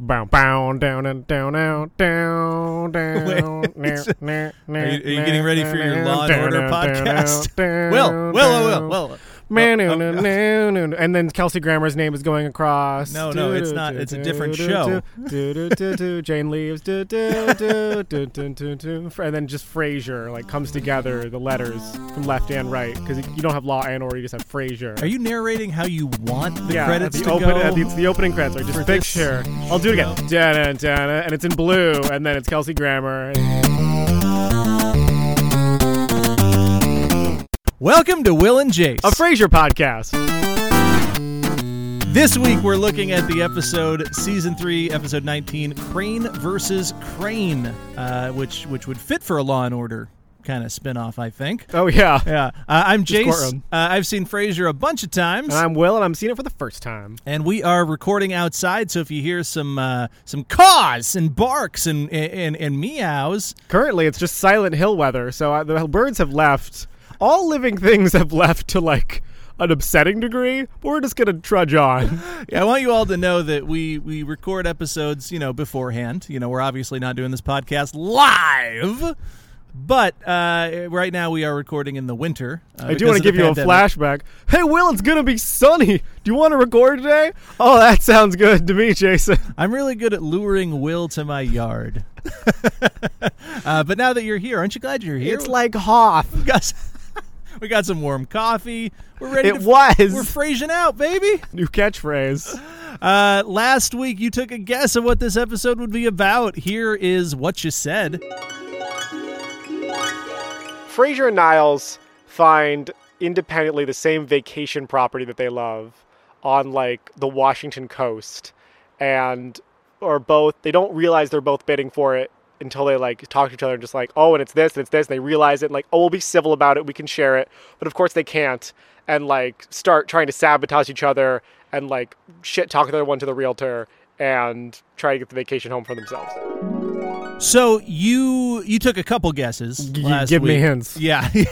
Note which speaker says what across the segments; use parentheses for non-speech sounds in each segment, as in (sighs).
Speaker 1: Bow, bow, down, and down, out,
Speaker 2: (laughs)
Speaker 1: down, down.
Speaker 2: Wait, is it- are you- are you getting ready for your Law and Order podcast? Will, Will, Will, Will, Will.
Speaker 1: Man,
Speaker 2: Oh, oh,
Speaker 1: no,
Speaker 2: oh.
Speaker 1: no, no, no. and then Kelsey Grammer's name is going across.
Speaker 2: No, no, it's not. It's a different show.
Speaker 1: Do, do, do,
Speaker 2: (laughs)
Speaker 1: do. Jane leaves. Do, do, do, do, do, do, do. And then just Frasier like comes together the letters from left and right because you don't have Law and Order, you just have Frasier.
Speaker 2: Are you narrating how you want the
Speaker 1: yeah,
Speaker 2: credits
Speaker 1: at the
Speaker 2: to
Speaker 1: open,
Speaker 2: go?
Speaker 1: At the, the opening credits are
Speaker 2: for
Speaker 1: just
Speaker 2: this
Speaker 1: picture. I'll do it again. Dun, dun, dun, and it's in blue, and then it's Kelsey Grammer.
Speaker 2: Welcome to Will and Jace.
Speaker 1: A Frasier podcast.
Speaker 2: This week we're looking at the episode season three, episode nineteen, Crane versus Crane, uh, which which would fit for a Law and Order kind of spinoff, I think.
Speaker 1: Oh yeah.
Speaker 2: Yeah, uh, I'm Jace. Uh,
Speaker 1: courtroom.
Speaker 2: I've seen Frasier a bunch of times,
Speaker 1: And I'm Will, and I'm seeing it for the first time.
Speaker 2: and we are recording outside. So if you hear some uh, some caws and barks and and, and meows,
Speaker 1: Currently, it's just Silent Hill weather, so uh the birds have left. All living things have left to like an upsetting degree. But we're just gonna trudge on.
Speaker 2: Yeah, I want you all to know that we we record episodes, you know, beforehand. You know, we're obviously not doing this podcast live. But uh, right now we are recording in the winter.
Speaker 1: I
Speaker 2: uh, because
Speaker 1: do want
Speaker 2: of
Speaker 1: to
Speaker 2: the
Speaker 1: give you a
Speaker 2: pandemic.
Speaker 1: flashback. Hey, Will, it's gonna be sunny. Do you want to record today? Oh, that sounds good to me, Jason.
Speaker 2: I'm really good at luring Will to my
Speaker 1: (laughs)
Speaker 2: yard. uh, but now that you're here, aren't you glad you're here?
Speaker 1: It's like Hoth.
Speaker 2: we got, s- (laughs) we got some warm coffee. We're ready.
Speaker 1: It
Speaker 2: to,
Speaker 1: was.
Speaker 2: We're phrasing out, baby.
Speaker 1: New catchphrase.
Speaker 2: Uh, last week you took a guess of what this episode would be about. Here is what you said.
Speaker 1: Frasier and Niles find independently the same vacation property that they love on like the Washington coast and or both they don't realize they're both bidding for it until they like talk to each other and just like oh and it's this and it's this and they realize it and like oh we'll be civil about it we can share it but of course they can't and like start trying to sabotage each other and like shit talk the other one to the realtor and try to get the vacation home for themselves
Speaker 2: So you you took a couple guesses.
Speaker 1: You
Speaker 2: last
Speaker 1: give me
Speaker 2: week.
Speaker 1: hints.
Speaker 2: Yeah, (laughs) yeah.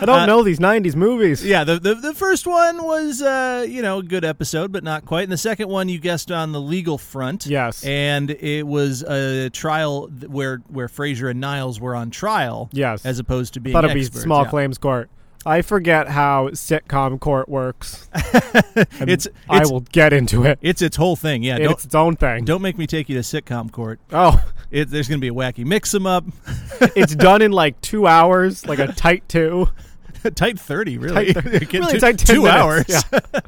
Speaker 1: i don't know these 90s movies
Speaker 2: yeah. The, the the first one was uh, you know a good episode, but not quite. And the second one you guessed on the legal front.
Speaker 1: Yes.
Speaker 2: and it was a trial th- where where Fraser and Niles were on trial.
Speaker 1: Yes.
Speaker 2: as opposed to being
Speaker 1: thought it'd be
Speaker 2: experts,
Speaker 1: small
Speaker 2: yeah.
Speaker 1: claims court. I forget how sitcom court works.
Speaker 2: (laughs)
Speaker 1: and
Speaker 2: It's-
Speaker 1: I
Speaker 2: it's-
Speaker 1: will get into it.
Speaker 2: It's its whole thing. Yeah,
Speaker 1: It's
Speaker 2: don't
Speaker 1: its own thing.
Speaker 2: don't make me take you to sitcom court. (laughs)
Speaker 1: Oh,
Speaker 2: It, there's going to be a wacky mix 'em up, (laughs)
Speaker 1: it's done in like two hours, like a tight two.
Speaker 2: tight thirty really.
Speaker 1: Tight thirty.
Speaker 2: (laughs) Get
Speaker 1: Really
Speaker 2: two,
Speaker 1: tight 10
Speaker 2: two hours.
Speaker 1: minutes.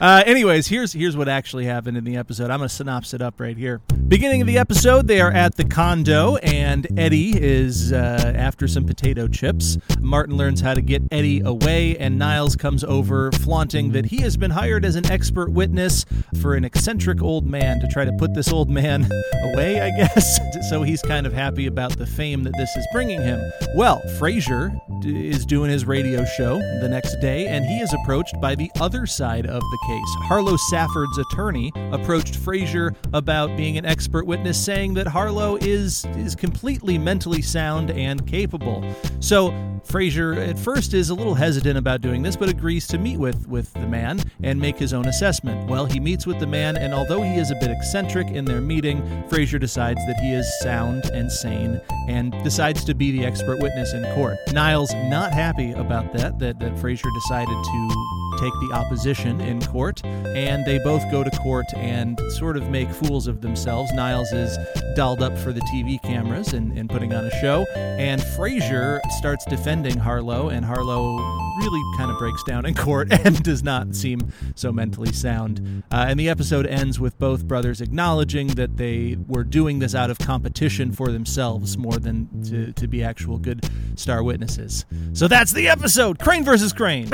Speaker 2: Uh, anyways, here's here's what actually happened in the episode. I'm gonna synopsis it up right here. Beginning of the episode, they are at the condo, and Eddie is uh, after some potato chips. Martin learns how to get Eddie away, and Niles comes over, flaunting that he has been hired as an expert witness for an eccentric old man to try to put this old man (laughs) away. I guess (laughs) so. He's kind of happy about the fame that this is bringing him. Well, Frasier d- is doing his radio show the next day, and he is approached by the other side of the case. Harlow Safford's attorney approached Frazier about being an expert witness, saying that Harlow is is completely mentally sound and capable. So Frazier at first is a little hesitant about doing this, but agrees to meet with with the man and make his own assessment. Well, he meets with the man, and although he is a bit eccentric in their meeting, Frazier decides that he is sound and sane and decides to be the expert witness in court. Niles not happy about that, that, that Frazier decided to take the opposition in court, and they both go to court and sort of make fools of themselves. Niles is dolled up for the TV cameras and, and putting on a show, and Frazier starts defending Harlow, and Harlow really kind of breaks down in court (laughs) and does not seem so mentally sound. Uh, and the episode ends with both brothers acknowledging that they were doing this out of competition for themselves more than to, to be actual good star witnesses. So that's the episode Crane versus Crane.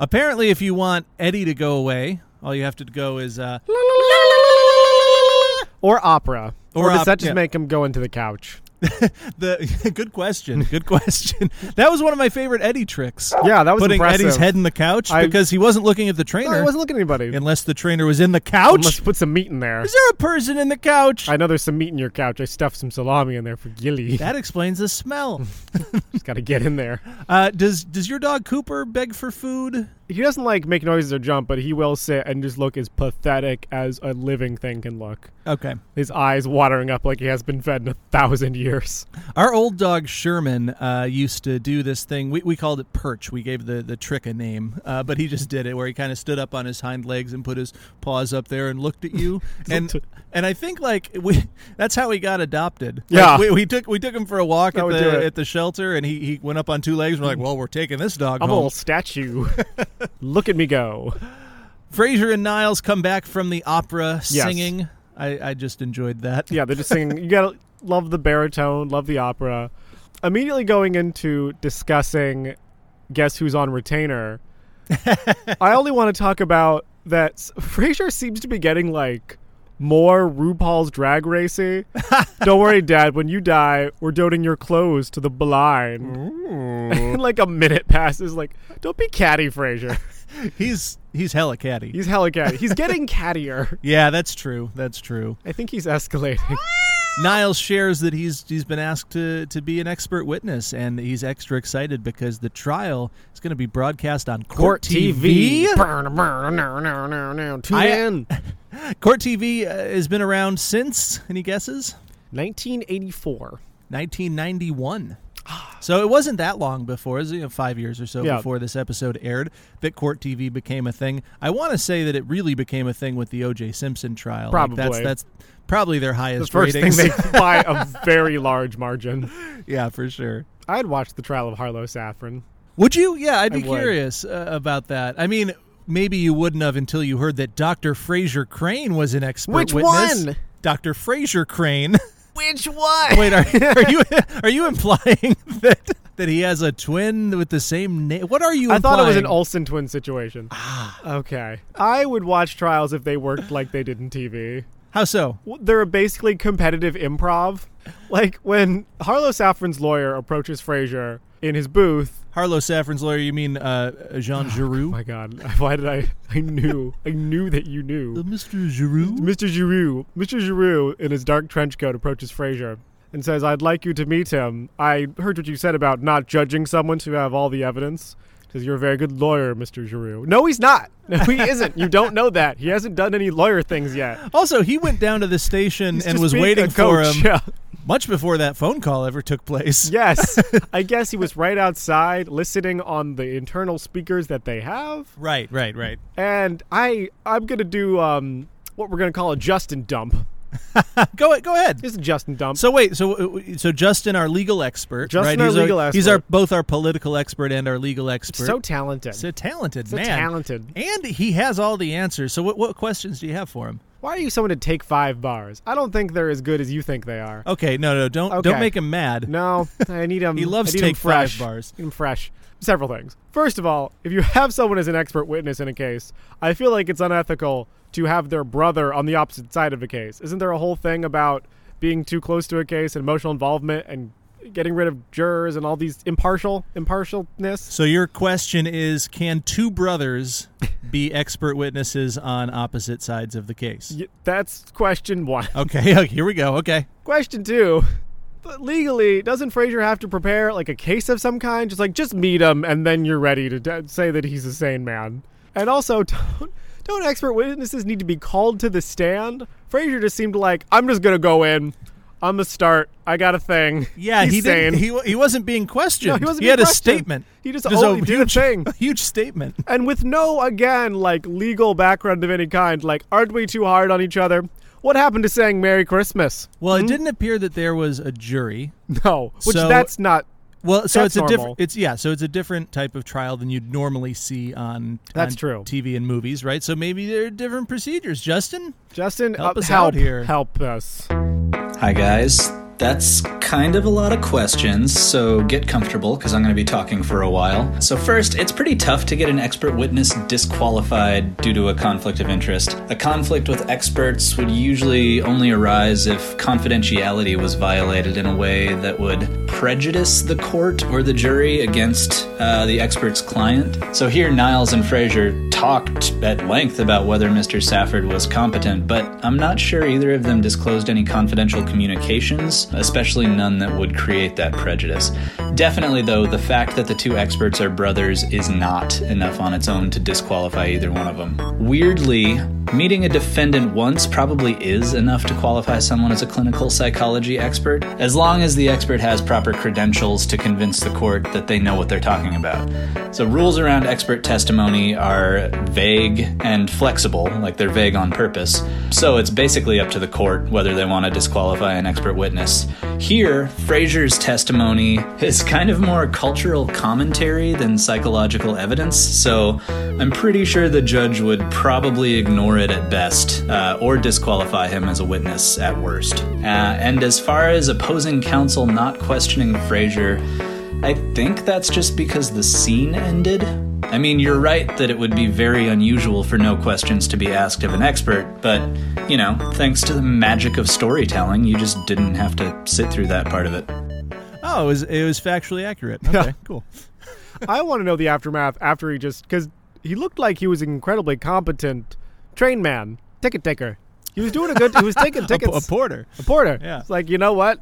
Speaker 2: Apparently, if you want Eddie to go away, all you have to go is uh,
Speaker 1: Or opera.
Speaker 2: Or
Speaker 1: Or, does
Speaker 2: op-
Speaker 1: that just
Speaker 2: yeah.
Speaker 1: make him go into the couch?
Speaker 2: the. (laughs) Good question. Good question. that was one of my favorite Eddie tricks.
Speaker 1: Yeah, that was
Speaker 2: putting
Speaker 1: impressive.
Speaker 2: Eddie's head in the couch
Speaker 1: I-
Speaker 2: because he wasn't looking at the
Speaker 1: No, I
Speaker 2: trainer
Speaker 1: wasn't looking Oh, at anybody.
Speaker 2: unless the trainer was in the couch.
Speaker 1: Let's put some meat in there.
Speaker 2: Is there a person in the couch?
Speaker 1: I know there's some meat in your couch. I stuffed some salami in there for Gilly.
Speaker 2: that
Speaker 1: (laughs)
Speaker 2: explains the smell.
Speaker 1: Just gotta get in there.
Speaker 2: Uh, does does your dog Cooper beg for food?
Speaker 1: he doesn't like make noises or jump, but he will sit and just look as pathetic as a living thing can look.
Speaker 2: Okay.
Speaker 1: His eyes watering up like he has been fed in a thousand years.
Speaker 2: Our old dog Sherman uh, used to do this thing. We, we called it perch. We gave the, the trick a name, uh, but he just did it where he kind of stood up on his hind legs and put his paws up there and looked at
Speaker 1: (laughs)
Speaker 2: you. and and I think like we that's how he got adopted. Like,
Speaker 1: Yeah.
Speaker 2: we, we took we took him for a walk
Speaker 1: That
Speaker 2: at
Speaker 1: would do
Speaker 2: the
Speaker 1: it. Mm.
Speaker 2: at the shelter, and he, he went up on two legs. We're like, well, we're taking this dog
Speaker 1: I'm a
Speaker 2: home.
Speaker 1: little statue. (laughs) look at me go.
Speaker 2: Fraser and Niles come back from the opera
Speaker 1: Yes.
Speaker 2: singing. I, I just enjoyed that.
Speaker 1: Yeah, they're just singing. You gotta love the baritone, love the opera. Immediately going into discussing Guess Who's on Retainer, I only want to talk about that s- Frasier seems to be getting like more RuPaul's drag racy. Don't worry, Dad, when you die, we're donating your clothes to the blind. and (laughs) like a minute passes, like, don't be catty, Frasier.
Speaker 2: (laughs) He's he's hella catty.
Speaker 1: He's hella catty. He's getting cattier.
Speaker 2: yeah, that's true. That's true.
Speaker 1: I think he's escalating.
Speaker 2: Niles shares that he's he's been asked to to be an expert witness, and he's extra excited because the trial is going to be broadcast on Court, TV.
Speaker 1: Burn, burn, no, no, no, no. Tune
Speaker 2: I-
Speaker 1: in.
Speaker 2: Court TV uh, has been around since any guesses?
Speaker 1: 1984.
Speaker 2: 1991. So it wasn't that long before, it was, you know, five years or so
Speaker 1: Ah. Yeah.
Speaker 2: before this episode aired, that Court TV became a thing. I want to say that it really became a thing with the O.J. Simpson trial. Like,
Speaker 1: Probably.
Speaker 2: that's that's probably their
Speaker 1: The
Speaker 2: highest
Speaker 1: first
Speaker 2: ratings.
Speaker 1: thing they by a very large margin.
Speaker 2: (laughs) yeah, for sure.
Speaker 1: I'd watched the trial of Harlow Saffron.
Speaker 2: Would you? Yeah, I'd be
Speaker 1: would.
Speaker 2: curious uh, about that. I mean, maybe you wouldn't have until you heard that Dr. Fraser Crane was an expert
Speaker 1: Which
Speaker 2: witness.
Speaker 1: one?
Speaker 2: Dr. Fraser Crane. (laughs)
Speaker 1: Which one?
Speaker 2: Wait, are, are you are you implying (laughs) that that he has a twin with the same name? What are you
Speaker 1: I thought it was an
Speaker 2: implying?
Speaker 1: Olsen twin situation. Okay. I would watch trials if they worked like they did in TV.
Speaker 2: How so?
Speaker 1: Well, They're basically competitive improv. Like when Harlow Saffron's lawyer approaches Frasier in his booth.
Speaker 2: Harlow Saffron's lawyer, you mean uh, Jean Giroux?
Speaker 1: Ah, My God, (laughs) why did I? I knew. I knew that you knew.
Speaker 2: Uh, Mr. Giroux?
Speaker 1: Mr. Giroux, Mr. Giroux, in his dark trench coat, approaches Fraser and says, "I'd like you to meet him. I heard what you said about not judging someone to have all the evidence." He Says you're a very good lawyer, Mr. Giroux. No, he's not. (laughs) No, he isn't. You don't know that. He hasn't done any lawyer things yet.
Speaker 2: Also, he went down to the station
Speaker 1: He's
Speaker 2: and
Speaker 1: just
Speaker 2: was
Speaker 1: being
Speaker 2: waiting
Speaker 1: a
Speaker 2: for
Speaker 1: coach. (laughs)
Speaker 2: him
Speaker 1: Yeah.
Speaker 2: much before that phone call ever took place. (laughs)
Speaker 1: Yes, I guess he was right outside, listening on the internal speakers that they have.
Speaker 2: Right, right, right. (laughs)
Speaker 1: And I, I'm gonna do um, what we're gonna call a Justin dump.
Speaker 2: Go go ahead.
Speaker 1: It's a Justin dump.
Speaker 2: So wait, so so Justin, our legal expert,
Speaker 1: Justin,
Speaker 2: right?
Speaker 1: our
Speaker 2: he's
Speaker 1: legal
Speaker 2: He's our
Speaker 1: expert.
Speaker 2: both our political expert and our legal expert.
Speaker 1: so talented.
Speaker 2: So talented
Speaker 1: So
Speaker 2: man,
Speaker 1: talented.
Speaker 2: and he has all the answers. So what what questions do you have for him?
Speaker 1: Why are you someone to take five bars? I don't think they're as good as you think they are.
Speaker 2: Okay, no, no, don't don't
Speaker 1: Okay.
Speaker 2: make him mad. (laughs)
Speaker 1: No, I need them.
Speaker 2: He loves
Speaker 1: I need
Speaker 2: Take
Speaker 1: 'em fresh.
Speaker 2: Five bars.
Speaker 1: Need 'em fresh. Several things. First of all, if you have someone as an expert witness in a case, I feel like it's unethical to have their brother on the opposite side of a case. Isn't there a whole thing about being too close to a case and emotional involvement and getting rid of jurors and all these impartial impartialness?
Speaker 2: So your question is: Can two brothers (laughs) be expert witnesses on opposite sides of the case?
Speaker 1: Y- That's question one.
Speaker 2: Okay, (laughs) okay, here we go. Okay,
Speaker 1: Question two. But legally, doesn't Frazier have to prepare like a case of some kind? Just like just meet him, and then you're ready to d- say that he's a sane man. And also, (laughs) don't don't expert witnesses need to be called to the stand? Frazier just seemed like I'm just gonna go in. I'm the start. I got a thing.
Speaker 2: yeah,
Speaker 1: he's
Speaker 2: he
Speaker 1: sane.
Speaker 2: didn't. He he wasn't being questioned.
Speaker 1: No, he wasn't
Speaker 2: He
Speaker 1: being
Speaker 2: had a
Speaker 1: questioned.
Speaker 2: statement.
Speaker 1: He just,
Speaker 2: Just
Speaker 1: only
Speaker 2: (laughs) a
Speaker 1: did
Speaker 2: huge,
Speaker 1: a thing.
Speaker 2: huge statement.
Speaker 1: And with no, again, like legal background of any kind, like, aren't we too hard on each other? What happened to saying Merry Christmas? (laughs)
Speaker 2: Well, it didn't appear that there was a jury.
Speaker 1: No, which
Speaker 2: So-
Speaker 1: that's not
Speaker 2: Well, so
Speaker 1: That's
Speaker 2: it's a
Speaker 1: normal.
Speaker 2: different. It's yeah. So it's a different type of trial than you'd normally see on.
Speaker 1: That's
Speaker 2: on
Speaker 1: true.
Speaker 2: TV and movies, right? So maybe there are different procedures. Justin,
Speaker 1: Justin,
Speaker 2: Help
Speaker 1: uh,
Speaker 2: us
Speaker 1: help,
Speaker 2: out here.
Speaker 1: Help us.
Speaker 3: Hi, guys. That's kind of a lot of questions, so get comfortable because I'm going to be talking for a while. So, first, it's pretty tough to get an expert witness disqualified due to a conflict of interest. A conflict with experts would usually only arise if confidentiality was violated in a way that would prejudice the court or the jury against uh, the expert's client. So, here, Niles and Frazier talked at length about whether Mr. Safford was competent, but I'm not sure either of them disclosed any confidential communications, especially none that would create that prejudice. Definitely, though, the fact that the two experts are brothers is not enough on its own to disqualify either one of them. Weirdly, meeting a defendant once probably is enough to qualify someone as a clinical psychology expert, as long as the expert has proper credentials to convince the court that they know what they're talking about. So, rules around expert testimony are vague and flexible, like they're vague on purpose. So, it's basically up to the court whether they want to disqualify an expert witness. Here, Fraser's testimony is kind of more cultural commentary than psychological evidence, so I'm pretty sure the judge would probably ignore it at best uh, or disqualify him as a witness at worst. Uh, and as far as opposing counsel not questioning Fraser, I think that's just because the scene ended. I mean, you're right that it would be very unusual for no questions to be asked of an expert, but, you know, thanks to the magic of storytelling, you just didn't have to sit through that part of it.
Speaker 2: Oh, it was, it was factually accurate. Okay,
Speaker 1: (laughs)
Speaker 2: cool.
Speaker 1: I want to know the aftermath after he just because he looked like he was an incredibly competent train man, ticket taker. He was doing a good. He was taking
Speaker 2: (laughs) A,
Speaker 1: tickets.
Speaker 2: a porter.
Speaker 1: A porter.
Speaker 2: Yeah.
Speaker 1: It's like you know what?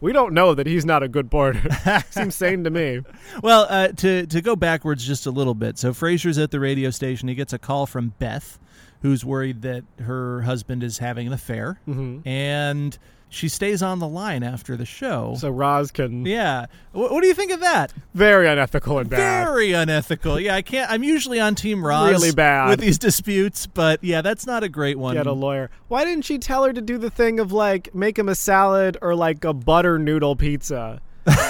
Speaker 1: We don't know that he's not a good
Speaker 2: (laughs)
Speaker 1: porter. Seems sane to me.
Speaker 2: Well, uh, to to go backwards just a little bit. So Fraser's at the radio station. He gets a call from Beth, who's worried that her husband is having an affair,
Speaker 1: Mm-hmm.
Speaker 2: and she stays on the line after the show.
Speaker 1: So Roz can
Speaker 2: yeah, Wh- what do you think of that?
Speaker 1: very unethical and bad.
Speaker 2: Very unethical. Yeah, I can't. I'm usually on Team Roz
Speaker 1: Really bad.
Speaker 2: with these disputes, but yeah, that's not a great one.
Speaker 1: Get a lawyer. Why didn't she tell her to do the thing of like make him a salad or like a butter noodle
Speaker 2: (laughs)
Speaker 1: pizza?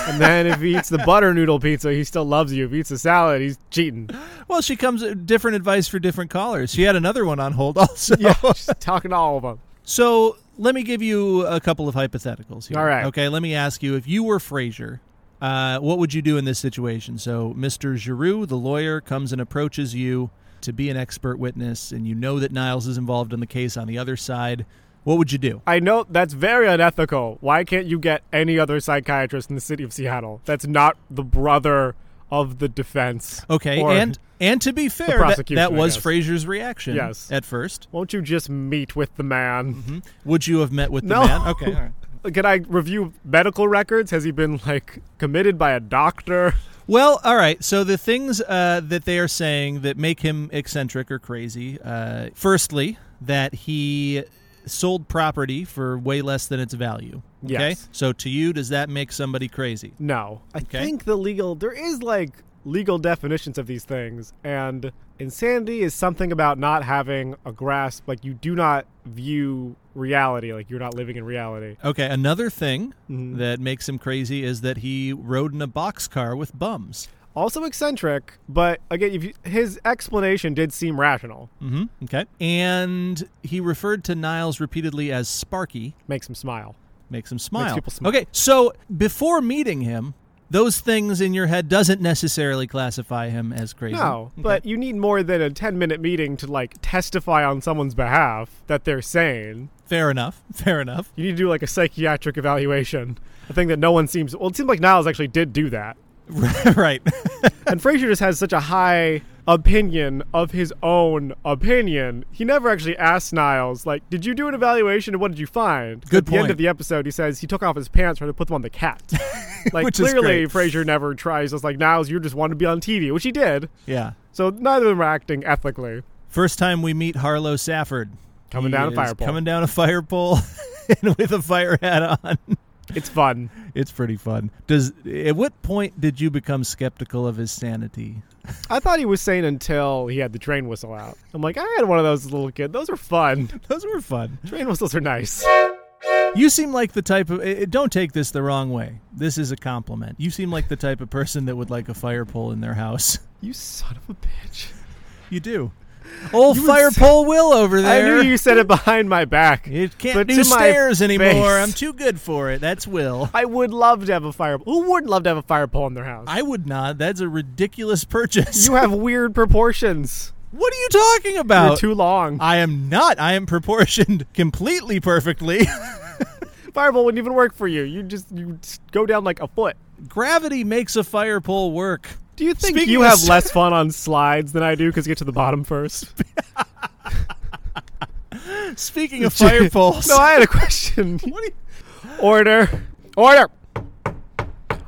Speaker 1: and then if he eats the butter noodle pizza, he still loves you. If he eats the salad, he's
Speaker 2: (laughs)
Speaker 1: cheating.
Speaker 2: well, she comes different advice for different callers. She had another one on hold (laughs) also.
Speaker 1: Yeah, she's talking to all of them.
Speaker 2: So let me give you a couple of hypotheticals here.
Speaker 1: All right.
Speaker 2: Okay, let me ask you if you were Frazier, uh, what would you do in this situation? So Mr. Giroux, the lawyer, comes and approaches you to be an expert witness, and you know that Niles is involved in the case on the other side. What would you do?
Speaker 1: I know that's very unethical. Why can't you get any other psychiatrist in the city of Seattle? That's not the brother of the defense.
Speaker 2: Okay,
Speaker 1: Or
Speaker 2: and and to be fair, that,
Speaker 1: prosecution,
Speaker 2: that
Speaker 1: I
Speaker 2: was
Speaker 1: guess.
Speaker 2: Frazier's reaction
Speaker 1: Yes.
Speaker 2: at first.
Speaker 1: won't you just meet with the man?
Speaker 2: Would you have met with the
Speaker 1: No.
Speaker 2: man?
Speaker 1: (laughs)
Speaker 2: Okay, all right.
Speaker 1: Can I review medical records? Has he been like committed by a doctor?
Speaker 2: Well, all right. So the things uh, that they are saying that make him eccentric or crazy. Uh, firstly, that he sold property for way less than its value. Okay.
Speaker 1: Yes.
Speaker 2: So to you, does that make somebody crazy?
Speaker 1: No. I
Speaker 2: Okay.
Speaker 1: think the legal there is like legal definitions of these things and insanity is something about not having a grasp like you do not view reality like you're not living in reality.
Speaker 2: Okay. Another thing
Speaker 1: Mm-hmm.
Speaker 2: that makes him crazy is that he rode in a boxcar with bums.
Speaker 1: Also eccentric, but again if you, his explanation did seem rational.
Speaker 2: hmm Okay. And he referred to Niles repeatedly as Sparky.
Speaker 1: Makes him smile.
Speaker 2: makes him smile.
Speaker 1: people smile.
Speaker 2: Okay, so before meeting him, those things in your head doesn't necessarily classify him as crazy.
Speaker 1: No,
Speaker 2: Mm-hmm. Okay.
Speaker 1: but you need more than a 10 minute meeting to like testify on someone's behalf that they're sane.
Speaker 2: fair enough. (laughs) Fair enough.
Speaker 1: You need to do like a psychiatric evaluation. A thing that no one seems. Well, it seems like Niles actually did do that.
Speaker 2: right. (laughs)
Speaker 1: And Frazier just has such a high opinion of his own opinion. He never actually asked Niles, like, did you do an evaluation and what did you find? At
Speaker 2: Good
Speaker 1: the end
Speaker 2: point.
Speaker 1: of the episode, he says he took off his pants, trying to put them on the (laughs) cat. Like,
Speaker 2: Which is
Speaker 1: clearly,
Speaker 2: great.
Speaker 1: Frazier never tries. It's like, Niles, you just want to be on TV, which he did.
Speaker 2: yeah.
Speaker 1: So neither of them are acting ethically.
Speaker 2: First time we meet Harlow Safford.
Speaker 1: Coming
Speaker 2: He
Speaker 1: down a
Speaker 2: is
Speaker 1: fire pole.
Speaker 2: Coming down a fire pole (laughs) and with a fire hat on. (laughs)
Speaker 1: It's fun.
Speaker 2: It's pretty fun. Does at what point did you become skeptical of his sanity?
Speaker 1: (laughs)
Speaker 2: (laughs)
Speaker 1: I thought he was sane until he had the train whistle out. I'm like, I had one of those as a little kid. Those are (laughs) fun.
Speaker 2: Those were fun.
Speaker 1: Train whistles are nice.
Speaker 2: You seem like the type of. eh, eh, Don't take this the wrong way. This is a compliment. You seem like the type of person that would like a fire pole in their house. (laughs)
Speaker 1: You son of a bitch.
Speaker 2: You do. Old fire pole Will over
Speaker 1: I
Speaker 2: there.
Speaker 1: knew you said it behind my back. (laughs)
Speaker 2: It can't
Speaker 1: But
Speaker 2: do
Speaker 1: to my
Speaker 2: stairs anymore.
Speaker 1: face.
Speaker 2: I'm too good for it. That's Will.
Speaker 1: I would love to have a fire. Who wouldn't love to have a fire pole in their house?
Speaker 2: I would not. That's a ridiculous purchase.
Speaker 1: you have weird proportions.
Speaker 2: what are you talking
Speaker 1: You're
Speaker 2: about?
Speaker 1: too long.
Speaker 2: I am not. I am proportioned (laughs) completely perfectly. (laughs)
Speaker 1: Fireball wouldn't even work for you. You just you just go down like a foot.
Speaker 2: Gravity makes a fire pole work.
Speaker 1: Do you think
Speaker 2: Speaking
Speaker 1: you
Speaker 2: of
Speaker 1: have
Speaker 2: cer-
Speaker 1: less fun on slides than I do because you get to the bottom first?
Speaker 2: Speaking (laughs) of (laughs) fire poles,
Speaker 1: no, I had a question.
Speaker 2: (laughs) what are you,
Speaker 1: Order. Order.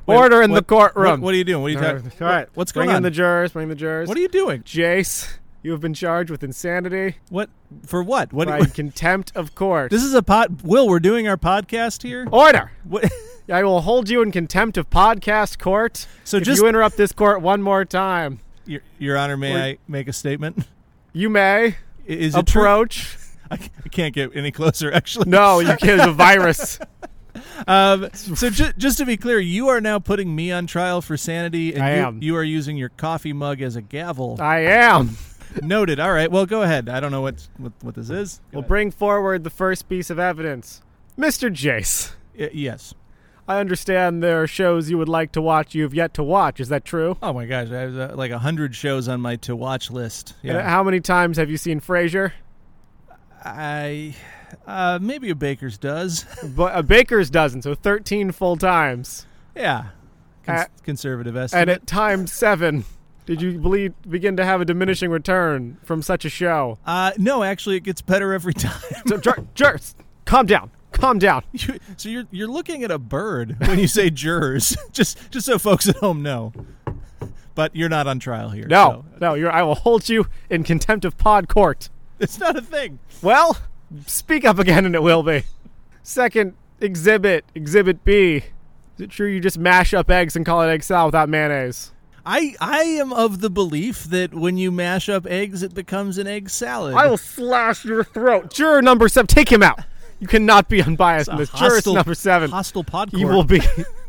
Speaker 1: Order in
Speaker 2: what-
Speaker 1: the courtroom.
Speaker 2: What, what are you doing? What are you
Speaker 1: All
Speaker 2: talking?
Speaker 1: right. All right.
Speaker 2: what's
Speaker 1: bring
Speaker 2: going
Speaker 1: in
Speaker 2: on?
Speaker 1: the jurors. Bring the jurors.
Speaker 2: what are you doing?
Speaker 1: Jace, you have been charged with insanity
Speaker 2: What for? What? What?
Speaker 1: by contempt of court.
Speaker 2: (laughs) This is a pod. Will, we're doing our podcast here.
Speaker 1: Order.
Speaker 2: What? (laughs)
Speaker 1: I will hold you in contempt of podcast court.
Speaker 2: So
Speaker 1: if
Speaker 2: just-
Speaker 1: you interrupt this court one more time,
Speaker 2: Your, Your Honor, may
Speaker 1: Or-
Speaker 2: I make a statement?
Speaker 1: you may
Speaker 2: I- Is it true?
Speaker 1: approach.
Speaker 2: I c- I can't get any closer, (laughs) actually.
Speaker 1: No, you can't. It's a virus.
Speaker 2: Um, so ju- just to be clear, you are now putting me on trial for sanity, and
Speaker 1: I
Speaker 2: you,
Speaker 1: am. Uh,
Speaker 2: you are using your coffee mug as a gavel.
Speaker 1: I am.
Speaker 2: Noted. All right. Well, go ahead. I don't know what what, what this is.
Speaker 1: We'll bring forward the first piece of evidence. Mr. Jace,
Speaker 2: Y- yes.
Speaker 1: I understand there are shows you would like to watch you've yet to watch. Is that true?
Speaker 2: Oh my gosh, I have uh, like a hundred shows on my to watch list.
Speaker 1: And
Speaker 2: Yeah.
Speaker 1: Uh, How many times have you seen Frasier?
Speaker 2: I uh, maybe a baker's does. (laughs)
Speaker 1: But a uh, baker's dozen, so 13 full times.
Speaker 2: yeah. Cons-
Speaker 1: Uh,
Speaker 2: conservative
Speaker 1: And
Speaker 2: estimate.
Speaker 1: at time seven, did you believe, begin to have a diminishing return from such a show?
Speaker 2: uh, no, actually, it gets better every (laughs) time.
Speaker 1: So, jur- jurors, calm down. Calm down.
Speaker 2: (laughs) You- so you're you're looking at a bird when you say jurors. (laughs) just just so folks at home know. But you're not on trial here.
Speaker 1: No,
Speaker 2: so
Speaker 1: no, you're, I will hold you in contempt of pod court.
Speaker 2: it's not a thing.
Speaker 1: Well, speak up again and it will be. Second exhibit, exhibit B. Is it true you just mash up eggs and call it egg salad without mayonnaise?
Speaker 2: I I am of the belief that when you mash up eggs, it becomes an egg salad.
Speaker 1: I will slash your throat. Juror number seven, take him out. You cannot be unbiased in
Speaker 2: A
Speaker 1: this. Juror number seven,
Speaker 2: Hostile pod
Speaker 1: you
Speaker 2: court.
Speaker 1: will
Speaker 2: (laughs)
Speaker 1: be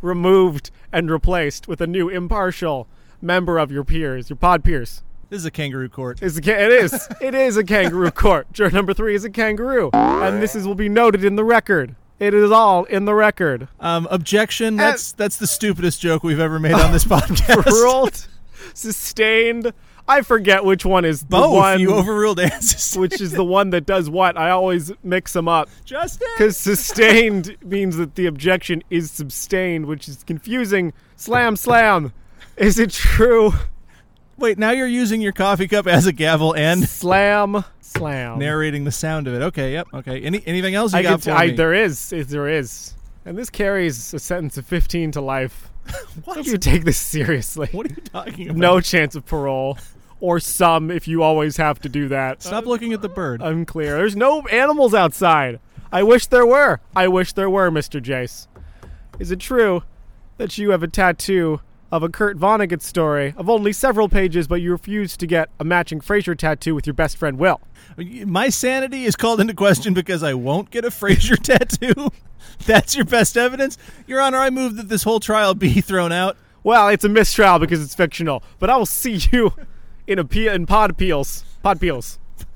Speaker 1: removed and replaced with a new impartial member of your peers, your pod peers.
Speaker 2: This is a kangaroo court.
Speaker 1: It's a, ca- it
Speaker 2: (laughs)
Speaker 1: is. It is a kangaroo court. Juror number three is a kangaroo, and this is will be noted in the record. It is all in the
Speaker 2: (laughs)
Speaker 1: record.
Speaker 2: Um, objection. That's that's the stupidest joke we've ever made
Speaker 1: (laughs)
Speaker 2: on this podcast. (laughs)
Speaker 1: Overruled, sustained. I forget which one is the
Speaker 2: Both
Speaker 1: one,
Speaker 2: you overruled
Speaker 1: (laughs)
Speaker 2: answers.
Speaker 1: which is the one that does what. I always mix them up
Speaker 2: Justin.
Speaker 1: because
Speaker 2: (laughs)
Speaker 1: sustained means that the objection is sustained, which is confusing. Slam, slam. Is it true?
Speaker 2: Wait, now you're using your coffee cup as a gavel and
Speaker 1: Slam, slam.
Speaker 2: narrating the sound of it. Okay, yep. Okay. Any anything else you
Speaker 1: I
Speaker 2: got
Speaker 1: can
Speaker 2: for
Speaker 1: t- I,
Speaker 2: me?
Speaker 1: there is, is- there is, and this carries a sentence of fifteen to life.
Speaker 2: what?
Speaker 1: If you take this seriously,
Speaker 2: what are you talking about?
Speaker 1: (laughs) no chance of parole, or some if you always have to do that.
Speaker 2: Stop looking at the bird.
Speaker 1: Unclear. There's no animals outside. I wish there were. I wish there were, Mr. Jace. Is it true that you have a tattoo of a Kurt Vonnegut story of only several pages, but you refuse to get a matching Fraser tattoo with your best friend Will?
Speaker 2: My sanity is called into question because I won't get a Fraser (laughs) tattoo. That's your best evidence, Your Honor. I move that this whole trial be thrown out.
Speaker 1: Well, it's a mistrial because it's fictional, but I will see you in a pe- in pod peels. Pod peels. (laughs)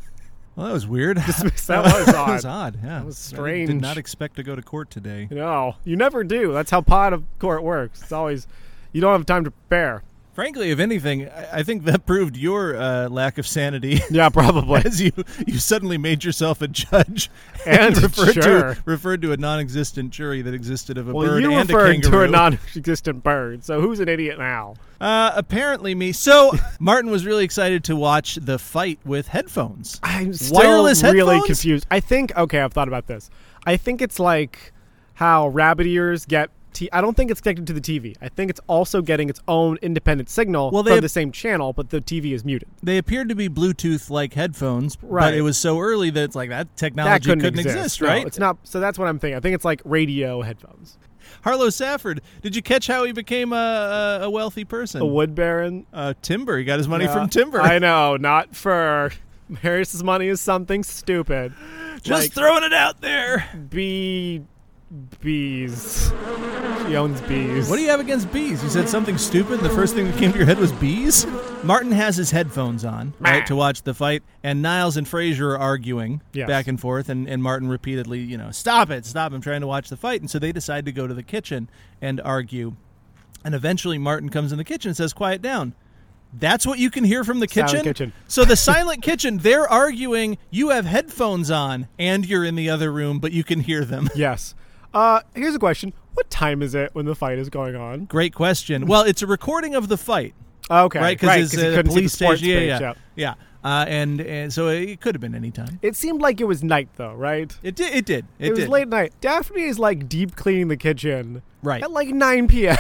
Speaker 2: Well, that was weird. (laughs)
Speaker 1: That was
Speaker 2: That
Speaker 1: odd.
Speaker 2: was odd. Yeah, that
Speaker 1: was
Speaker 2: I did
Speaker 1: strange.
Speaker 2: not expect to go to court today.
Speaker 1: No, you never do. That's how pod of court works. It's always you don't have time to prepare.
Speaker 2: Frankly, if anything, I I think that (laughs) proved your uh, lack of sanity.
Speaker 1: Yeah, probably.
Speaker 2: As you, you suddenly made yourself a judge
Speaker 1: And
Speaker 2: referred
Speaker 1: (laughs) sure.
Speaker 2: to referred to a non-existent jury that existed of a
Speaker 1: Well,
Speaker 2: bird
Speaker 1: you
Speaker 2: and a
Speaker 1: referred to
Speaker 2: kangaroo.
Speaker 1: a non-existent bird, so who's an idiot now?
Speaker 2: uh, apparently, me.
Speaker 1: (laughs)
Speaker 2: So Martin was really excited to watch the fight with headphones.
Speaker 1: I'm
Speaker 2: still Wireless
Speaker 1: really
Speaker 2: headphones?
Speaker 1: confused. I think okay, I've thought about this. I think it's like how rabbit ears get. T- I don't think it's connected to the TV. I think it's also getting its own independent signal
Speaker 2: Well, they
Speaker 1: from
Speaker 2: have-
Speaker 1: the same channel, but the TV is muted.
Speaker 2: They appeared to be Bluetooth-like headphones,
Speaker 1: Right.
Speaker 2: but it was so early that it's like that technology
Speaker 1: That couldn't,
Speaker 2: Oh, exist,
Speaker 1: exist, No,
Speaker 2: right?
Speaker 1: it's not. So that's what I'm thinking. I think it's like radio headphones.
Speaker 2: Harlow Safford, did you catch how he became a, a, a wealthy person?
Speaker 1: A wood baron.
Speaker 2: uh, timber. He got his money
Speaker 1: Yeah.
Speaker 2: from timber.
Speaker 1: Uh, I know, not fur. Harris's money is something stupid.
Speaker 2: Just
Speaker 1: like-
Speaker 2: throwing it out there.
Speaker 1: Bee, bees. She owns bees.
Speaker 2: What do you have against bees? You said something stupid. and The first thing that came to your head was bees. Martin has his headphones on, right, to watch the fight, and Niles and Frazier are arguing
Speaker 1: Yes.
Speaker 2: back and forth, and, and Martin repeatedly, you know, stop it, stop! I'm trying to watch the fight, and so they decide to go to the kitchen and argue, and eventually Martin comes in the kitchen and says, "Quiet down." That's what you can hear from the
Speaker 1: Silent
Speaker 2: kitchen.
Speaker 1: kitchen.
Speaker 2: So the silent kitchen, they're arguing. You have headphones on, and you're in the other room, but you can hear them. (laughs)
Speaker 1: Yes. Uh, here's a question: What time is it when the fight is going on?
Speaker 2: Great question. Well, it's a recording of the fight.
Speaker 1: Okay,
Speaker 2: right?
Speaker 1: right,
Speaker 2: it's
Speaker 1: 'cause he
Speaker 2: uh,
Speaker 1: couldn't see the
Speaker 2: police
Speaker 1: sports
Speaker 2: station. Yeah,
Speaker 1: page,
Speaker 2: yeah,
Speaker 1: yeah.
Speaker 2: yeah. Uh, and and so it could have been any time.
Speaker 1: It seemed like it was night though, right?
Speaker 2: It did. It did. It,
Speaker 1: It, was
Speaker 2: did.
Speaker 1: late night. Daphne is like deep cleaning the kitchen
Speaker 2: Right.
Speaker 1: at like 9 p.m.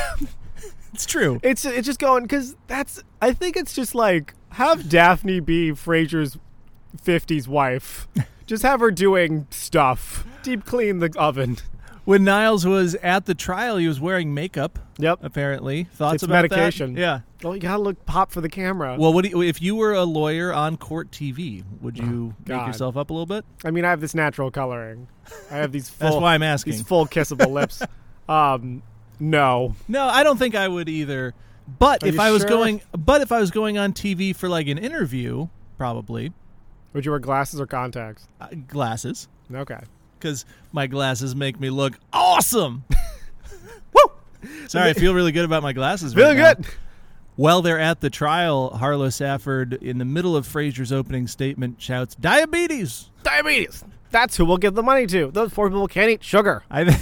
Speaker 2: It's true.
Speaker 1: It's it's just going because that's I think it's just like have Daphne be Frasier's 50s
Speaker 2: (laughs)
Speaker 1: wife. just have her doing stuff. Deep clean the oven.
Speaker 2: When Niles was at the trial, he was wearing makeup.
Speaker 1: Yep.
Speaker 2: Apparently, thoughts
Speaker 1: It's
Speaker 2: about that?
Speaker 1: medication.
Speaker 2: Yeah.
Speaker 1: Oh, you gotta look pop for the camera.
Speaker 2: Well, what do you, if you were a lawyer on court TV? Would you make
Speaker 1: Oh, God.
Speaker 2: yourself up a little bit?
Speaker 1: I mean, I have this natural coloring. I have these full.
Speaker 2: (laughs) That's why I'm asking.
Speaker 1: these full kissable
Speaker 2: (laughs)
Speaker 1: lips. Um, no,
Speaker 2: No, I don't think I would either. But
Speaker 1: Are
Speaker 2: if
Speaker 1: you
Speaker 2: I was
Speaker 1: sure?
Speaker 2: going, but if I was going on TV for like an interview, probably
Speaker 1: would you wear glasses or contacts?
Speaker 2: uh, glasses,
Speaker 1: Okay.
Speaker 2: because my glasses make me look awesome. Woo! Sorry, I feel really good about my glasses.
Speaker 1: Feeling
Speaker 2: right now.
Speaker 1: good.
Speaker 2: While they're at the trial, Harlow Safford, in the middle of Fraser's opening statement, shouts, "Diabetes!"
Speaker 1: Diabetes. That's who we'll give the money to. Those poor people can't eat sugar.
Speaker 2: I, th- (laughs)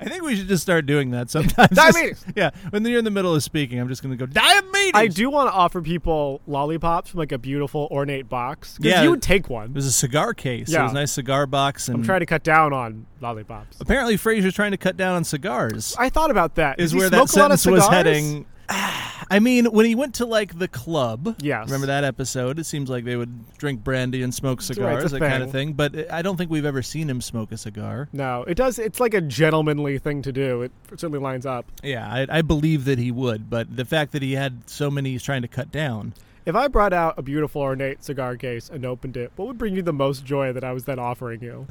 Speaker 2: I think we should just start doing that sometimes.
Speaker 1: (laughs) Diabetes!
Speaker 2: (laughs) yeah, when you're in the middle of speaking, I'm just going to go diabetes.
Speaker 1: I do want to offer people lollipops from like a beautiful ornate box.
Speaker 2: Yeah.
Speaker 1: Yeah, you would take
Speaker 2: It
Speaker 1: one.
Speaker 2: was a cigar case. It
Speaker 1: Yeah.
Speaker 2: was a nice cigar box. And
Speaker 1: I'm trying to cut down on lollipops.
Speaker 2: apparently, Fraser's trying to cut down on cigars.
Speaker 1: I thought about that.
Speaker 2: Is
Speaker 1: Does he
Speaker 2: where that
Speaker 1: smoke a lot of
Speaker 2: sentence was
Speaker 1: cigars?
Speaker 2: heading. (sighs) I mean, when he went to like the club,
Speaker 1: Yes.
Speaker 2: remember that episode? It seems like they would drink brandy and smoke
Speaker 1: right,
Speaker 2: cigars,
Speaker 1: it's a
Speaker 2: that kind of thing.
Speaker 1: thing.
Speaker 2: But I don't think we've ever seen him smoke a cigar.
Speaker 1: No, it does. It's like a gentlemanly thing to do. It certainly lines up.
Speaker 2: Yeah, I, I believe that he would, but the fact that he had so many he's trying to cut down.
Speaker 1: If I brought out a beautiful ornate cigar case and opened it, what would bring you the most joy that I was then offering
Speaker 2: (laughs)
Speaker 1: you?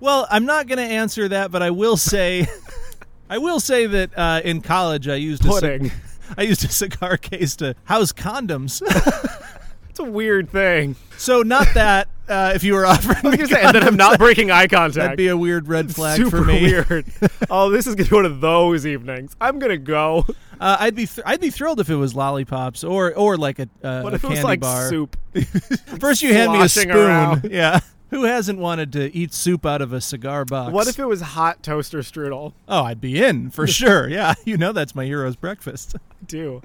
Speaker 2: Well, I'm not going to answer that, but I will say, (laughs) I will say that uh, in college I used A,
Speaker 1: Pudding.
Speaker 2: cig- (laughs) I used a cigar (laughs) case to house condoms. (laughs)
Speaker 1: It's a weird thing.
Speaker 2: so not that uh, if you were (laughs) offering
Speaker 1: I
Speaker 2: me
Speaker 1: was gonna say, and then I'm not breaking eye contact.
Speaker 2: that'd be a weird red flag
Speaker 1: Super
Speaker 2: for me. (laughs)
Speaker 1: weird. oh, this is gonna be one of those evenings. I'm gonna go.
Speaker 2: Uh, I'd be th- I'd be thrilled if it was lollipops or or like a, uh,
Speaker 1: What
Speaker 2: a
Speaker 1: if it
Speaker 2: candy
Speaker 1: was like
Speaker 2: bar.
Speaker 1: soup?
Speaker 2: First you hand me a
Speaker 1: sloshing
Speaker 2: spoon.
Speaker 1: around?
Speaker 2: (laughs) Yeah. Who hasn't wanted to eat soup out of a cigar box?
Speaker 1: What if it was hot toaster strudel?
Speaker 2: Oh, I'd be
Speaker 1: (laughs)
Speaker 2: in for sure. Yeah, (laughs) you know that's my hero's breakfast.
Speaker 1: Do.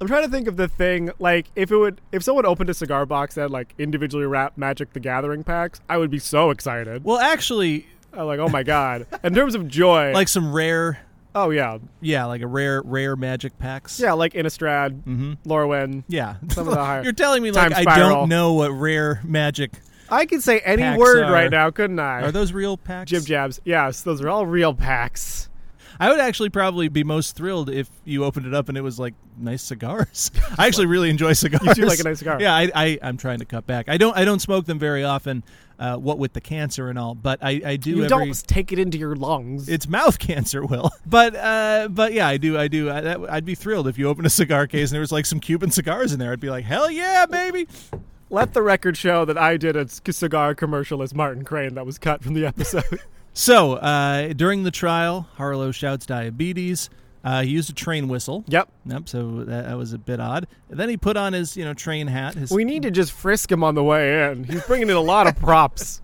Speaker 1: I'm trying to think of the thing like if it would if someone opened a cigar box that had like individually wrapped Magic the Gathering packs, I would be so excited.
Speaker 2: Well, actually,
Speaker 1: I'm like, oh my god. In terms of joy,
Speaker 2: (laughs) like some rare,
Speaker 1: oh yeah,
Speaker 2: yeah, like a rare, rare magic packs.
Speaker 1: yeah, like Innistrad,
Speaker 2: Mm-hmm.
Speaker 1: Lorwyn.
Speaker 2: yeah.
Speaker 1: Some
Speaker 2: (laughs)
Speaker 1: of the higher-
Speaker 2: You're telling me like
Speaker 1: Time
Speaker 2: I
Speaker 1: spiral.
Speaker 2: don't know what rare magic
Speaker 1: I could say any
Speaker 2: Packs
Speaker 1: word
Speaker 2: are-
Speaker 1: right now, couldn't I?
Speaker 2: are. Those real packs.
Speaker 1: Jib jabs. Yes, those are all real packs.
Speaker 2: I would actually probably be most thrilled if you opened it up and it was like nice cigars. (laughs) I actually really enjoy cigars.
Speaker 1: do like a nice cigar.
Speaker 2: Yeah, I, I I'm trying to cut back. I don't I don't smoke them very often. Uh, what with the cancer and all, but I I do.
Speaker 1: You
Speaker 2: every,
Speaker 1: don't take it into your lungs.
Speaker 2: It's mouth (laughs) cancer, Will. But uh, but yeah, I do, I do. I, that, I'd be thrilled if you opened a cigar case and there was like some Cuban cigars in there. I'd be like, hell yeah, baby.
Speaker 1: Let the record show that I did a c- cigar commercial as Martin Crane that was cut from the episode.
Speaker 2: So uh, during the trial, Harlow shouts diabetes. Uh, he used a train whistle.
Speaker 1: yep.
Speaker 2: (laughs) Yep. So that, that was a bit odd. then he put on his you know train hat. His
Speaker 1: We need to just frisk him on the way in. He's bringing in a lot of
Speaker 2: (laughs)
Speaker 1: props.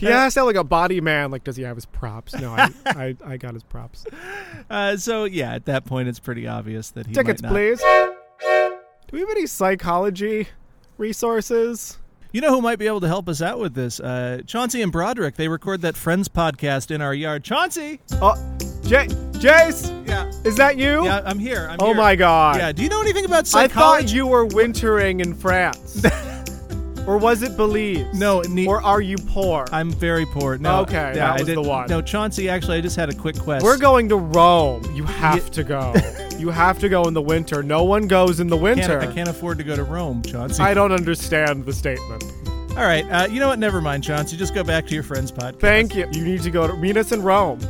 Speaker 1: He has to have like a body man. Like, does he have his props? No, I, I, I got his
Speaker 2: (laughs)
Speaker 1: props.
Speaker 2: uh, so yeah, at that point, it's pretty obvious that he might
Speaker 1: Tickets,
Speaker 2: not-
Speaker 1: please. Do we have any psychology resources?
Speaker 2: You know who might be able to help us out with this? Uh, Chauncey and Broderick. They record that Friends podcast in our yard. Chauncey.
Speaker 1: Oh, J- Jace,
Speaker 2: Yeah.
Speaker 1: is that you?
Speaker 2: Yeah, I'm here. I'm
Speaker 1: oh
Speaker 2: here.
Speaker 1: my god.
Speaker 2: Yeah. Do you know anything about
Speaker 1: I
Speaker 2: psychology?
Speaker 1: thought you were wintering in
Speaker 2: (laughs)
Speaker 1: France. or was it Belize?
Speaker 2: No, ne-
Speaker 1: Or are you poor?
Speaker 2: I'm very poor. No,
Speaker 1: Okay,
Speaker 2: yeah,
Speaker 1: that
Speaker 2: I
Speaker 1: was the
Speaker 2: didn't-
Speaker 1: one.
Speaker 2: No, Chauncey. Actually, I just had a quick quest.
Speaker 1: We're going to Rome. You have to
Speaker 2: (laughs)
Speaker 1: go. you have to go in the winter. No one goes in the
Speaker 2: Can't-
Speaker 1: winter.
Speaker 2: I can't afford to go to Rome, Chauncey.
Speaker 1: I don't understand the statement.
Speaker 2: All right. Uh, you know what? Never mind, Chauncey. Just go back to your friends' podcast.
Speaker 1: Thank you. You need to go to meet us in Rome.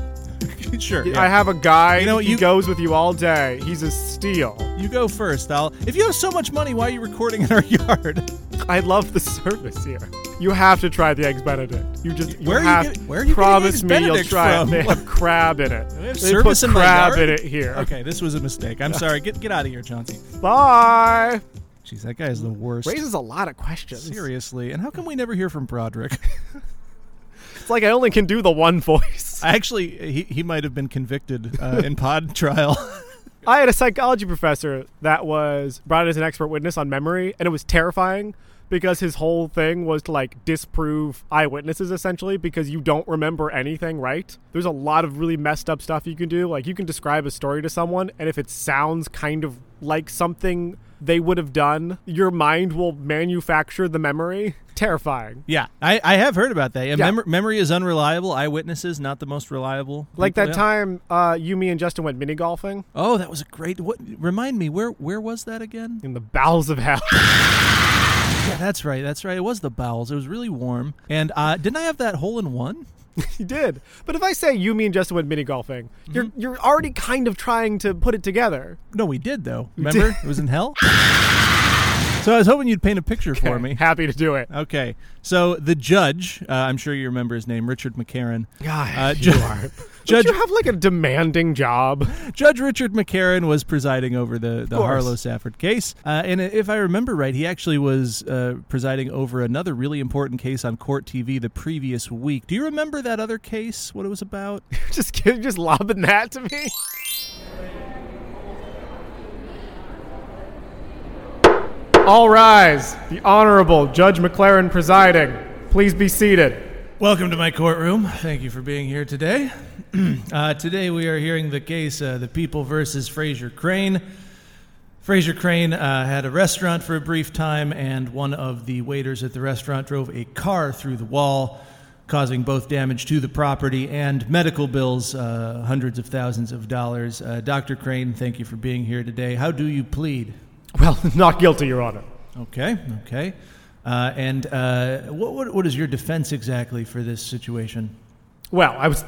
Speaker 2: (laughs) sure.
Speaker 1: I
Speaker 2: yeah.
Speaker 1: have a guy.
Speaker 2: You know,
Speaker 1: he
Speaker 2: you-
Speaker 1: goes with you all day. He's a steal.
Speaker 2: You go first. I'll. If you have so much money, why are you recording in our (laughs) yard?
Speaker 1: I love the (laughs) service here. You have to try the eggs Benedict. You just you
Speaker 2: Where are you
Speaker 1: have
Speaker 2: get- where are you
Speaker 1: promise
Speaker 2: getting Eggs
Speaker 1: me
Speaker 2: Benedict
Speaker 1: you'll try
Speaker 2: from?
Speaker 1: it. They
Speaker 2: (laughs)
Speaker 1: have crab in it. They,
Speaker 2: service
Speaker 1: put
Speaker 2: in my
Speaker 1: crab
Speaker 2: yard?
Speaker 1: in it here.
Speaker 2: Okay, this was a mistake. I'm sorry. Get get out of here, Chauncey.
Speaker 1: Bye.
Speaker 2: Jeez, that guy is the worst.
Speaker 1: Raises a lot of questions.
Speaker 2: Seriously, and how come we never hear from Broderick? (laughs)
Speaker 1: It's like I only can do the one voice.
Speaker 2: (laughs) I actually, he, he might have been convicted uh, in pod trial.
Speaker 1: I had a psychology professor that was brought in as an expert witness on memory, and it was terrifying because his whole thing was to like disprove eyewitnesses essentially because you don't remember anything right. There's a lot of really messed up stuff you can do. Like you can describe a story to someone, and if it sounds kind of like something they would have done, your mind will manufacture the memory. Terrifying.
Speaker 2: Yeah, I, I have heard about that. Yeah, mem- memory is unreliable. Eyewitnesses not the most reliable.
Speaker 1: Like
Speaker 2: people.
Speaker 1: that
Speaker 2: Yeah.
Speaker 1: time uh, you, me, and Justin went mini golfing
Speaker 2: Oh, that was a great. What remind me where where was that again?
Speaker 1: in the bowels of hell. (laughs)
Speaker 2: Yeah, that's right. That's right. It was the bowels. It was really warm. And uh, didn't I have that hole in one?
Speaker 1: You did. But if I say you, me, and Justin went mini golfing, you're
Speaker 2: Mm-hmm.
Speaker 1: you're already kind of trying to put it together.
Speaker 2: No, we did though. Remember, it was in hell. So I was hoping you'd paint a picture for me. Uh,
Speaker 1: Happy to do it.
Speaker 2: Okay, so the judge, uh, I'm sure you remember his name, Richard McCarran.
Speaker 1: God,
Speaker 2: Uh,
Speaker 1: you
Speaker 2: ju- (laughs)
Speaker 1: are.
Speaker 2: Judge
Speaker 1: Don't you have like a demanding job? (laughs)
Speaker 2: Judge Richard McCarran was presiding over the, the
Speaker 1: course.
Speaker 2: Harlow Safford case. Uh, and if I remember right, he actually was uh, presiding over another really important case on court TV the previous week. Do you remember that other case, what it was about?
Speaker 1: just kidding, just lobbing that to me. All rise. The Honorable Judge McLaren presiding. Please be seated.
Speaker 2: Welcome to my courtroom. Thank you for being here today. (clears throat) uh, today we are hearing the case uh, The People versus Fraser Crane. Fraser Crane uh, had a restaurant for a brief time, and one of the waiters at the restaurant drove a car through the wall, causing both damage to the property and medical bills, uh, hundreds of thousands of dollars. Uh, Dr. Crane, thank you for being here today. How do you plead?
Speaker 1: Well, (laughs) not guilty, Your Honor.
Speaker 2: Okay, okay. Uh, and uh, what, what, what is your defense exactly for this situation?
Speaker 1: Well, I was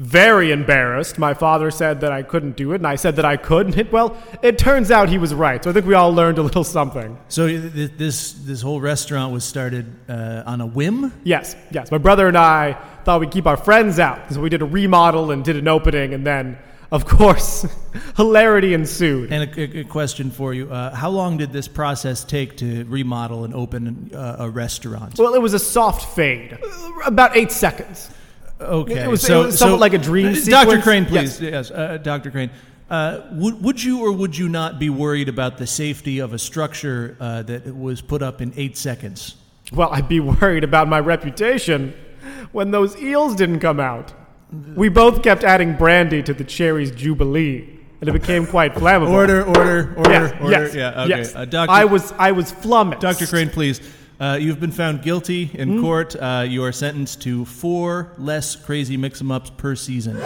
Speaker 1: very embarrassed. My father said that I couldn't do it, and I said that I could. (laughs) And it, well, it turns out he was right. So I think we all learned a little something.
Speaker 2: So th- th- this this whole restaurant was started uh, on a whim.
Speaker 1: Yes, yes. My brother and I thought we'd keep our friends out, so we did a remodel and did an opening, and then, of course, (laughs) hilarity ensued.
Speaker 2: And a, a- a question for you: uh, How long did this process take to remodel and open uh, a restaurant?
Speaker 1: Well, it was a soft fade, uh, about eight seconds.
Speaker 2: Okay, uh,
Speaker 1: it was- it was somewhat like a dream
Speaker 2: Doctor
Speaker 1: sequence.
Speaker 2: Crane,
Speaker 1: Yes.
Speaker 2: please. Yes, uh, Doctor Crane. Uh, would, would you or would you not be worried about the safety of a structure uh, that was put up in eight seconds?
Speaker 1: Well, I'd be worried about my reputation when those eels didn't come out. We both kept adding brandy to the cherry's jubilee, and it became quite flammable.
Speaker 2: Order, order, order,
Speaker 1: Yes,
Speaker 2: order.
Speaker 1: yes,
Speaker 2: yeah, okay.
Speaker 1: yes.
Speaker 2: Uh, Doctor,
Speaker 1: I was, I was flummoxed.
Speaker 2: Dr. (laughs) Crane, please. Uh, you've been found guilty in
Speaker 1: Hmm?
Speaker 2: court. Uh, you are sentenced to four less crazy mix em ups per season.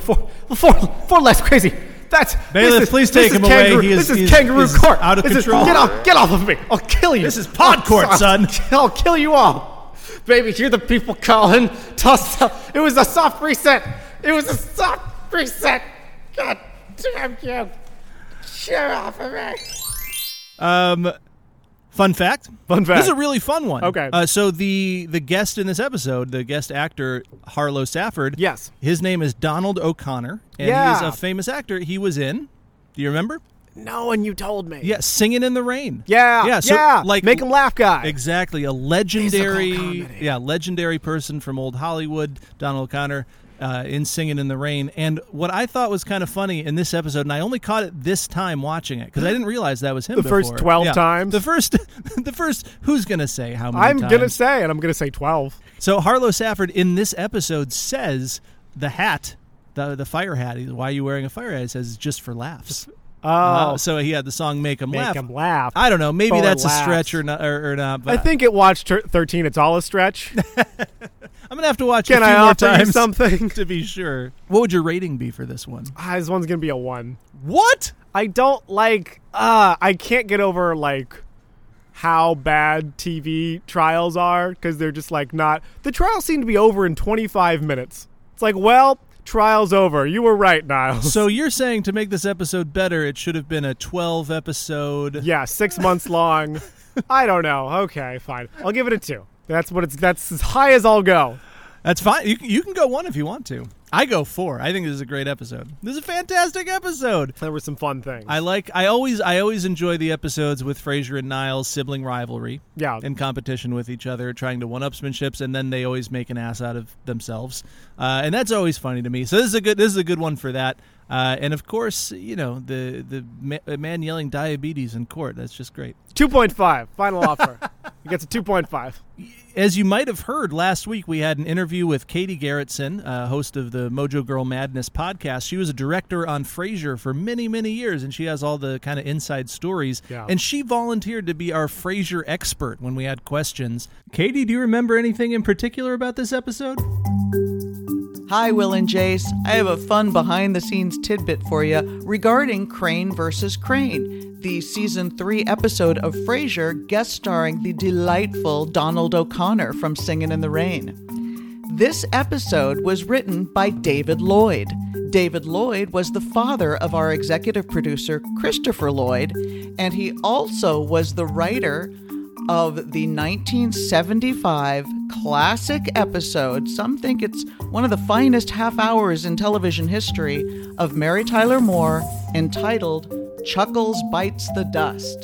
Speaker 1: four, four, four less crazy. That's
Speaker 2: Bailiff,
Speaker 1: this is,
Speaker 2: please
Speaker 1: this
Speaker 2: take
Speaker 1: is
Speaker 2: him away.
Speaker 1: kangaroo,
Speaker 2: He is-
Speaker 1: this
Speaker 2: he
Speaker 1: is
Speaker 2: is-
Speaker 1: kangaroo
Speaker 2: is
Speaker 1: court.
Speaker 2: out of
Speaker 1: This is-
Speaker 2: control.
Speaker 1: get off, get off of me! I'll kill you.
Speaker 2: This is pod court,
Speaker 1: I'll-
Speaker 2: son.
Speaker 1: (laughs) I'll kill you all, baby. Hear the people calling. Toss. up. It was a soft reset. It was a soft reset. God damn you! Cheer off of me.
Speaker 2: Um, fun fact.
Speaker 1: Fun fact.
Speaker 2: This is a really fun one.
Speaker 1: Okay.
Speaker 2: Uh, so the the guest in this episode, the guest actor Harlow Safford.
Speaker 1: Yes.
Speaker 2: His name is Donald O'Connor, and he's
Speaker 1: Yeah.
Speaker 2: a famous actor. He was in. Do you remember?
Speaker 1: No one you told me.
Speaker 2: Yeah, Singing in the Rain.
Speaker 1: Yeah.
Speaker 2: Yeah. So,
Speaker 1: yeah.
Speaker 2: Like
Speaker 1: make him laugh, guy.
Speaker 2: Exactly, a legendary, yeah, legendary person from old Hollywood, Donald O'Connor, uh, in Singing in the Rain. And what I thought was kind of funny in this episode, and I only caught it this time watching it because I didn't realize that was him.
Speaker 1: The first
Speaker 2: before.
Speaker 1: 12 times?
Speaker 2: The first, (laughs) the first. Who's gonna say how many?
Speaker 1: I'm gonna
Speaker 2: times?
Speaker 1: say, and I'm gonna say twelve.
Speaker 2: So Harlow Safford in this episode says the hat. The, the fire hat. He's, Why are you wearing a fire hat? He says it's just for laughs.
Speaker 1: Oh,
Speaker 2: Uh, so he had the song "Make 'Em
Speaker 1: make
Speaker 2: Laugh."
Speaker 1: him laugh.
Speaker 2: I don't know. Maybe
Speaker 1: For
Speaker 2: that's a
Speaker 1: laughs.
Speaker 2: stretch or not. Or, or not but
Speaker 1: I think it watched ter- 13. It's all (laughs) a stretch.
Speaker 2: I'm gonna have to watch. it
Speaker 1: Can
Speaker 2: a few
Speaker 1: I
Speaker 2: more
Speaker 1: offer you (laughs)
Speaker 2: times
Speaker 1: something?
Speaker 2: to (laughs) be sure? What would your rating be for this one?
Speaker 1: ah, this one's gonna be a one.
Speaker 2: What?
Speaker 1: I don't like. Uh, I can't get over like how bad TV trials are because they're just like not. The trials seem to be over in 25 minutes. It's like, well, trial's over. You were right, Niles. (laughs)
Speaker 2: So you're saying to make this episode better, it should have been a 12 episode.
Speaker 1: yeah, six months long. I don't know. Okay, fine. I'll give it a two. That's what it's. That's as high as I'll go.
Speaker 2: That's fine. You can, you can go one if you want to. I go four. I think this is a great episode. This is a fantastic episode.
Speaker 1: There were some fun things.
Speaker 2: I like. I always. I always enjoy the episodes with Frasier and Niles' sibling rivalry.
Speaker 1: Yeah.
Speaker 2: and competition with each other, trying to one-upsmanships, and then they always make an ass out of themselves, uh, and that's always funny to me. So this is a good. This is a good one for that. Uh, and of course, you know the the ma- uh, man yelling diabetes in court. That's just great.
Speaker 1: 2.5, (laughs) final offer. It gets a 2.5.
Speaker 2: As you might have heard last week, we had an interview with Katie Garrettson, uh, host of the Mojo Girl Madness podcast. She was a director on Frasier for many, many years, and she has all the kind of inside stories.
Speaker 1: Yeah.
Speaker 2: And she volunteered to be our Frasier expert when we had questions. Katie, do you remember anything in particular about this episode?
Speaker 4: Hi, Will and Jace. I have a fun behind the scenes tidbit for you regarding Crane versus Crane, the season three episode of Frasier guest starring the delightful Donald O'Connor from Singin' in the Rain. This episode was written by David Lloyd. David Lloyd was the father of our executive producer, Christopher Lloyd, and he also was the writer of the 1975 classic episode. Some think it's one of the finest half hours in television history of Mary Tyler Moore entitled Chuckles Bites the Dust.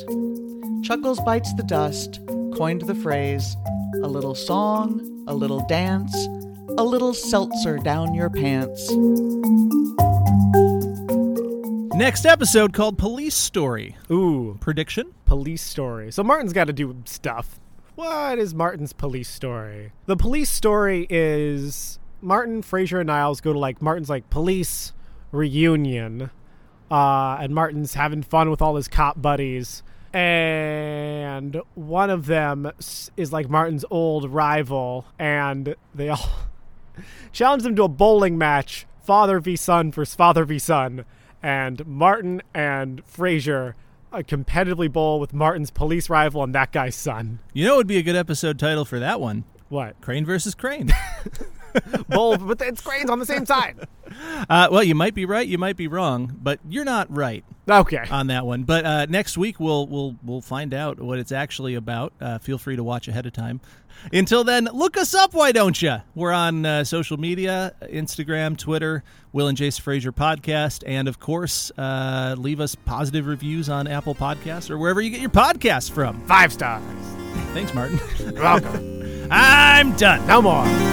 Speaker 4: Chuckles Bites the Dust coined the phrase a little song, a little dance, a little seltzer down your pants.
Speaker 2: Next episode called Police Story.
Speaker 1: Ooh,
Speaker 2: Prediction?
Speaker 1: police story. So Martin's got to do stuff. What is Martin's police story? The police story is Martin, Fraser, and Niles go to like Martin's like police reunion, uh, and Martin's having fun with all his cop buddies, and one of them s- is like Martin's old rival, and they all challenge them to a bowling match, father v son versus father v son, and Martin and Frazier uh, competitively bowl with Martin's police rival and that guy's son.
Speaker 2: You know, it would be a good episode title for that one
Speaker 1: What
Speaker 2: Crane versus Crane. (laughs)
Speaker 1: bowl? but it's cranes on the same side.
Speaker 2: uh, well, you might be right, you might be wrong, but you're not right.
Speaker 1: (laughs) Okay,
Speaker 2: on that one. But uh, next week we'll we'll we'll find out what it's actually about. Uh, feel free to watch ahead of time. Until then, look us up. Why don't you? We're on uh, social media: Instagram, Twitter, Will and Jason Fraser podcast, and of course, uh, leave us positive reviews on Apple Podcasts or wherever you get your podcasts from.
Speaker 1: five stars.
Speaker 2: Thanks, Martin. (laughs)
Speaker 1: You're welcome.
Speaker 2: I'm done.
Speaker 1: No more.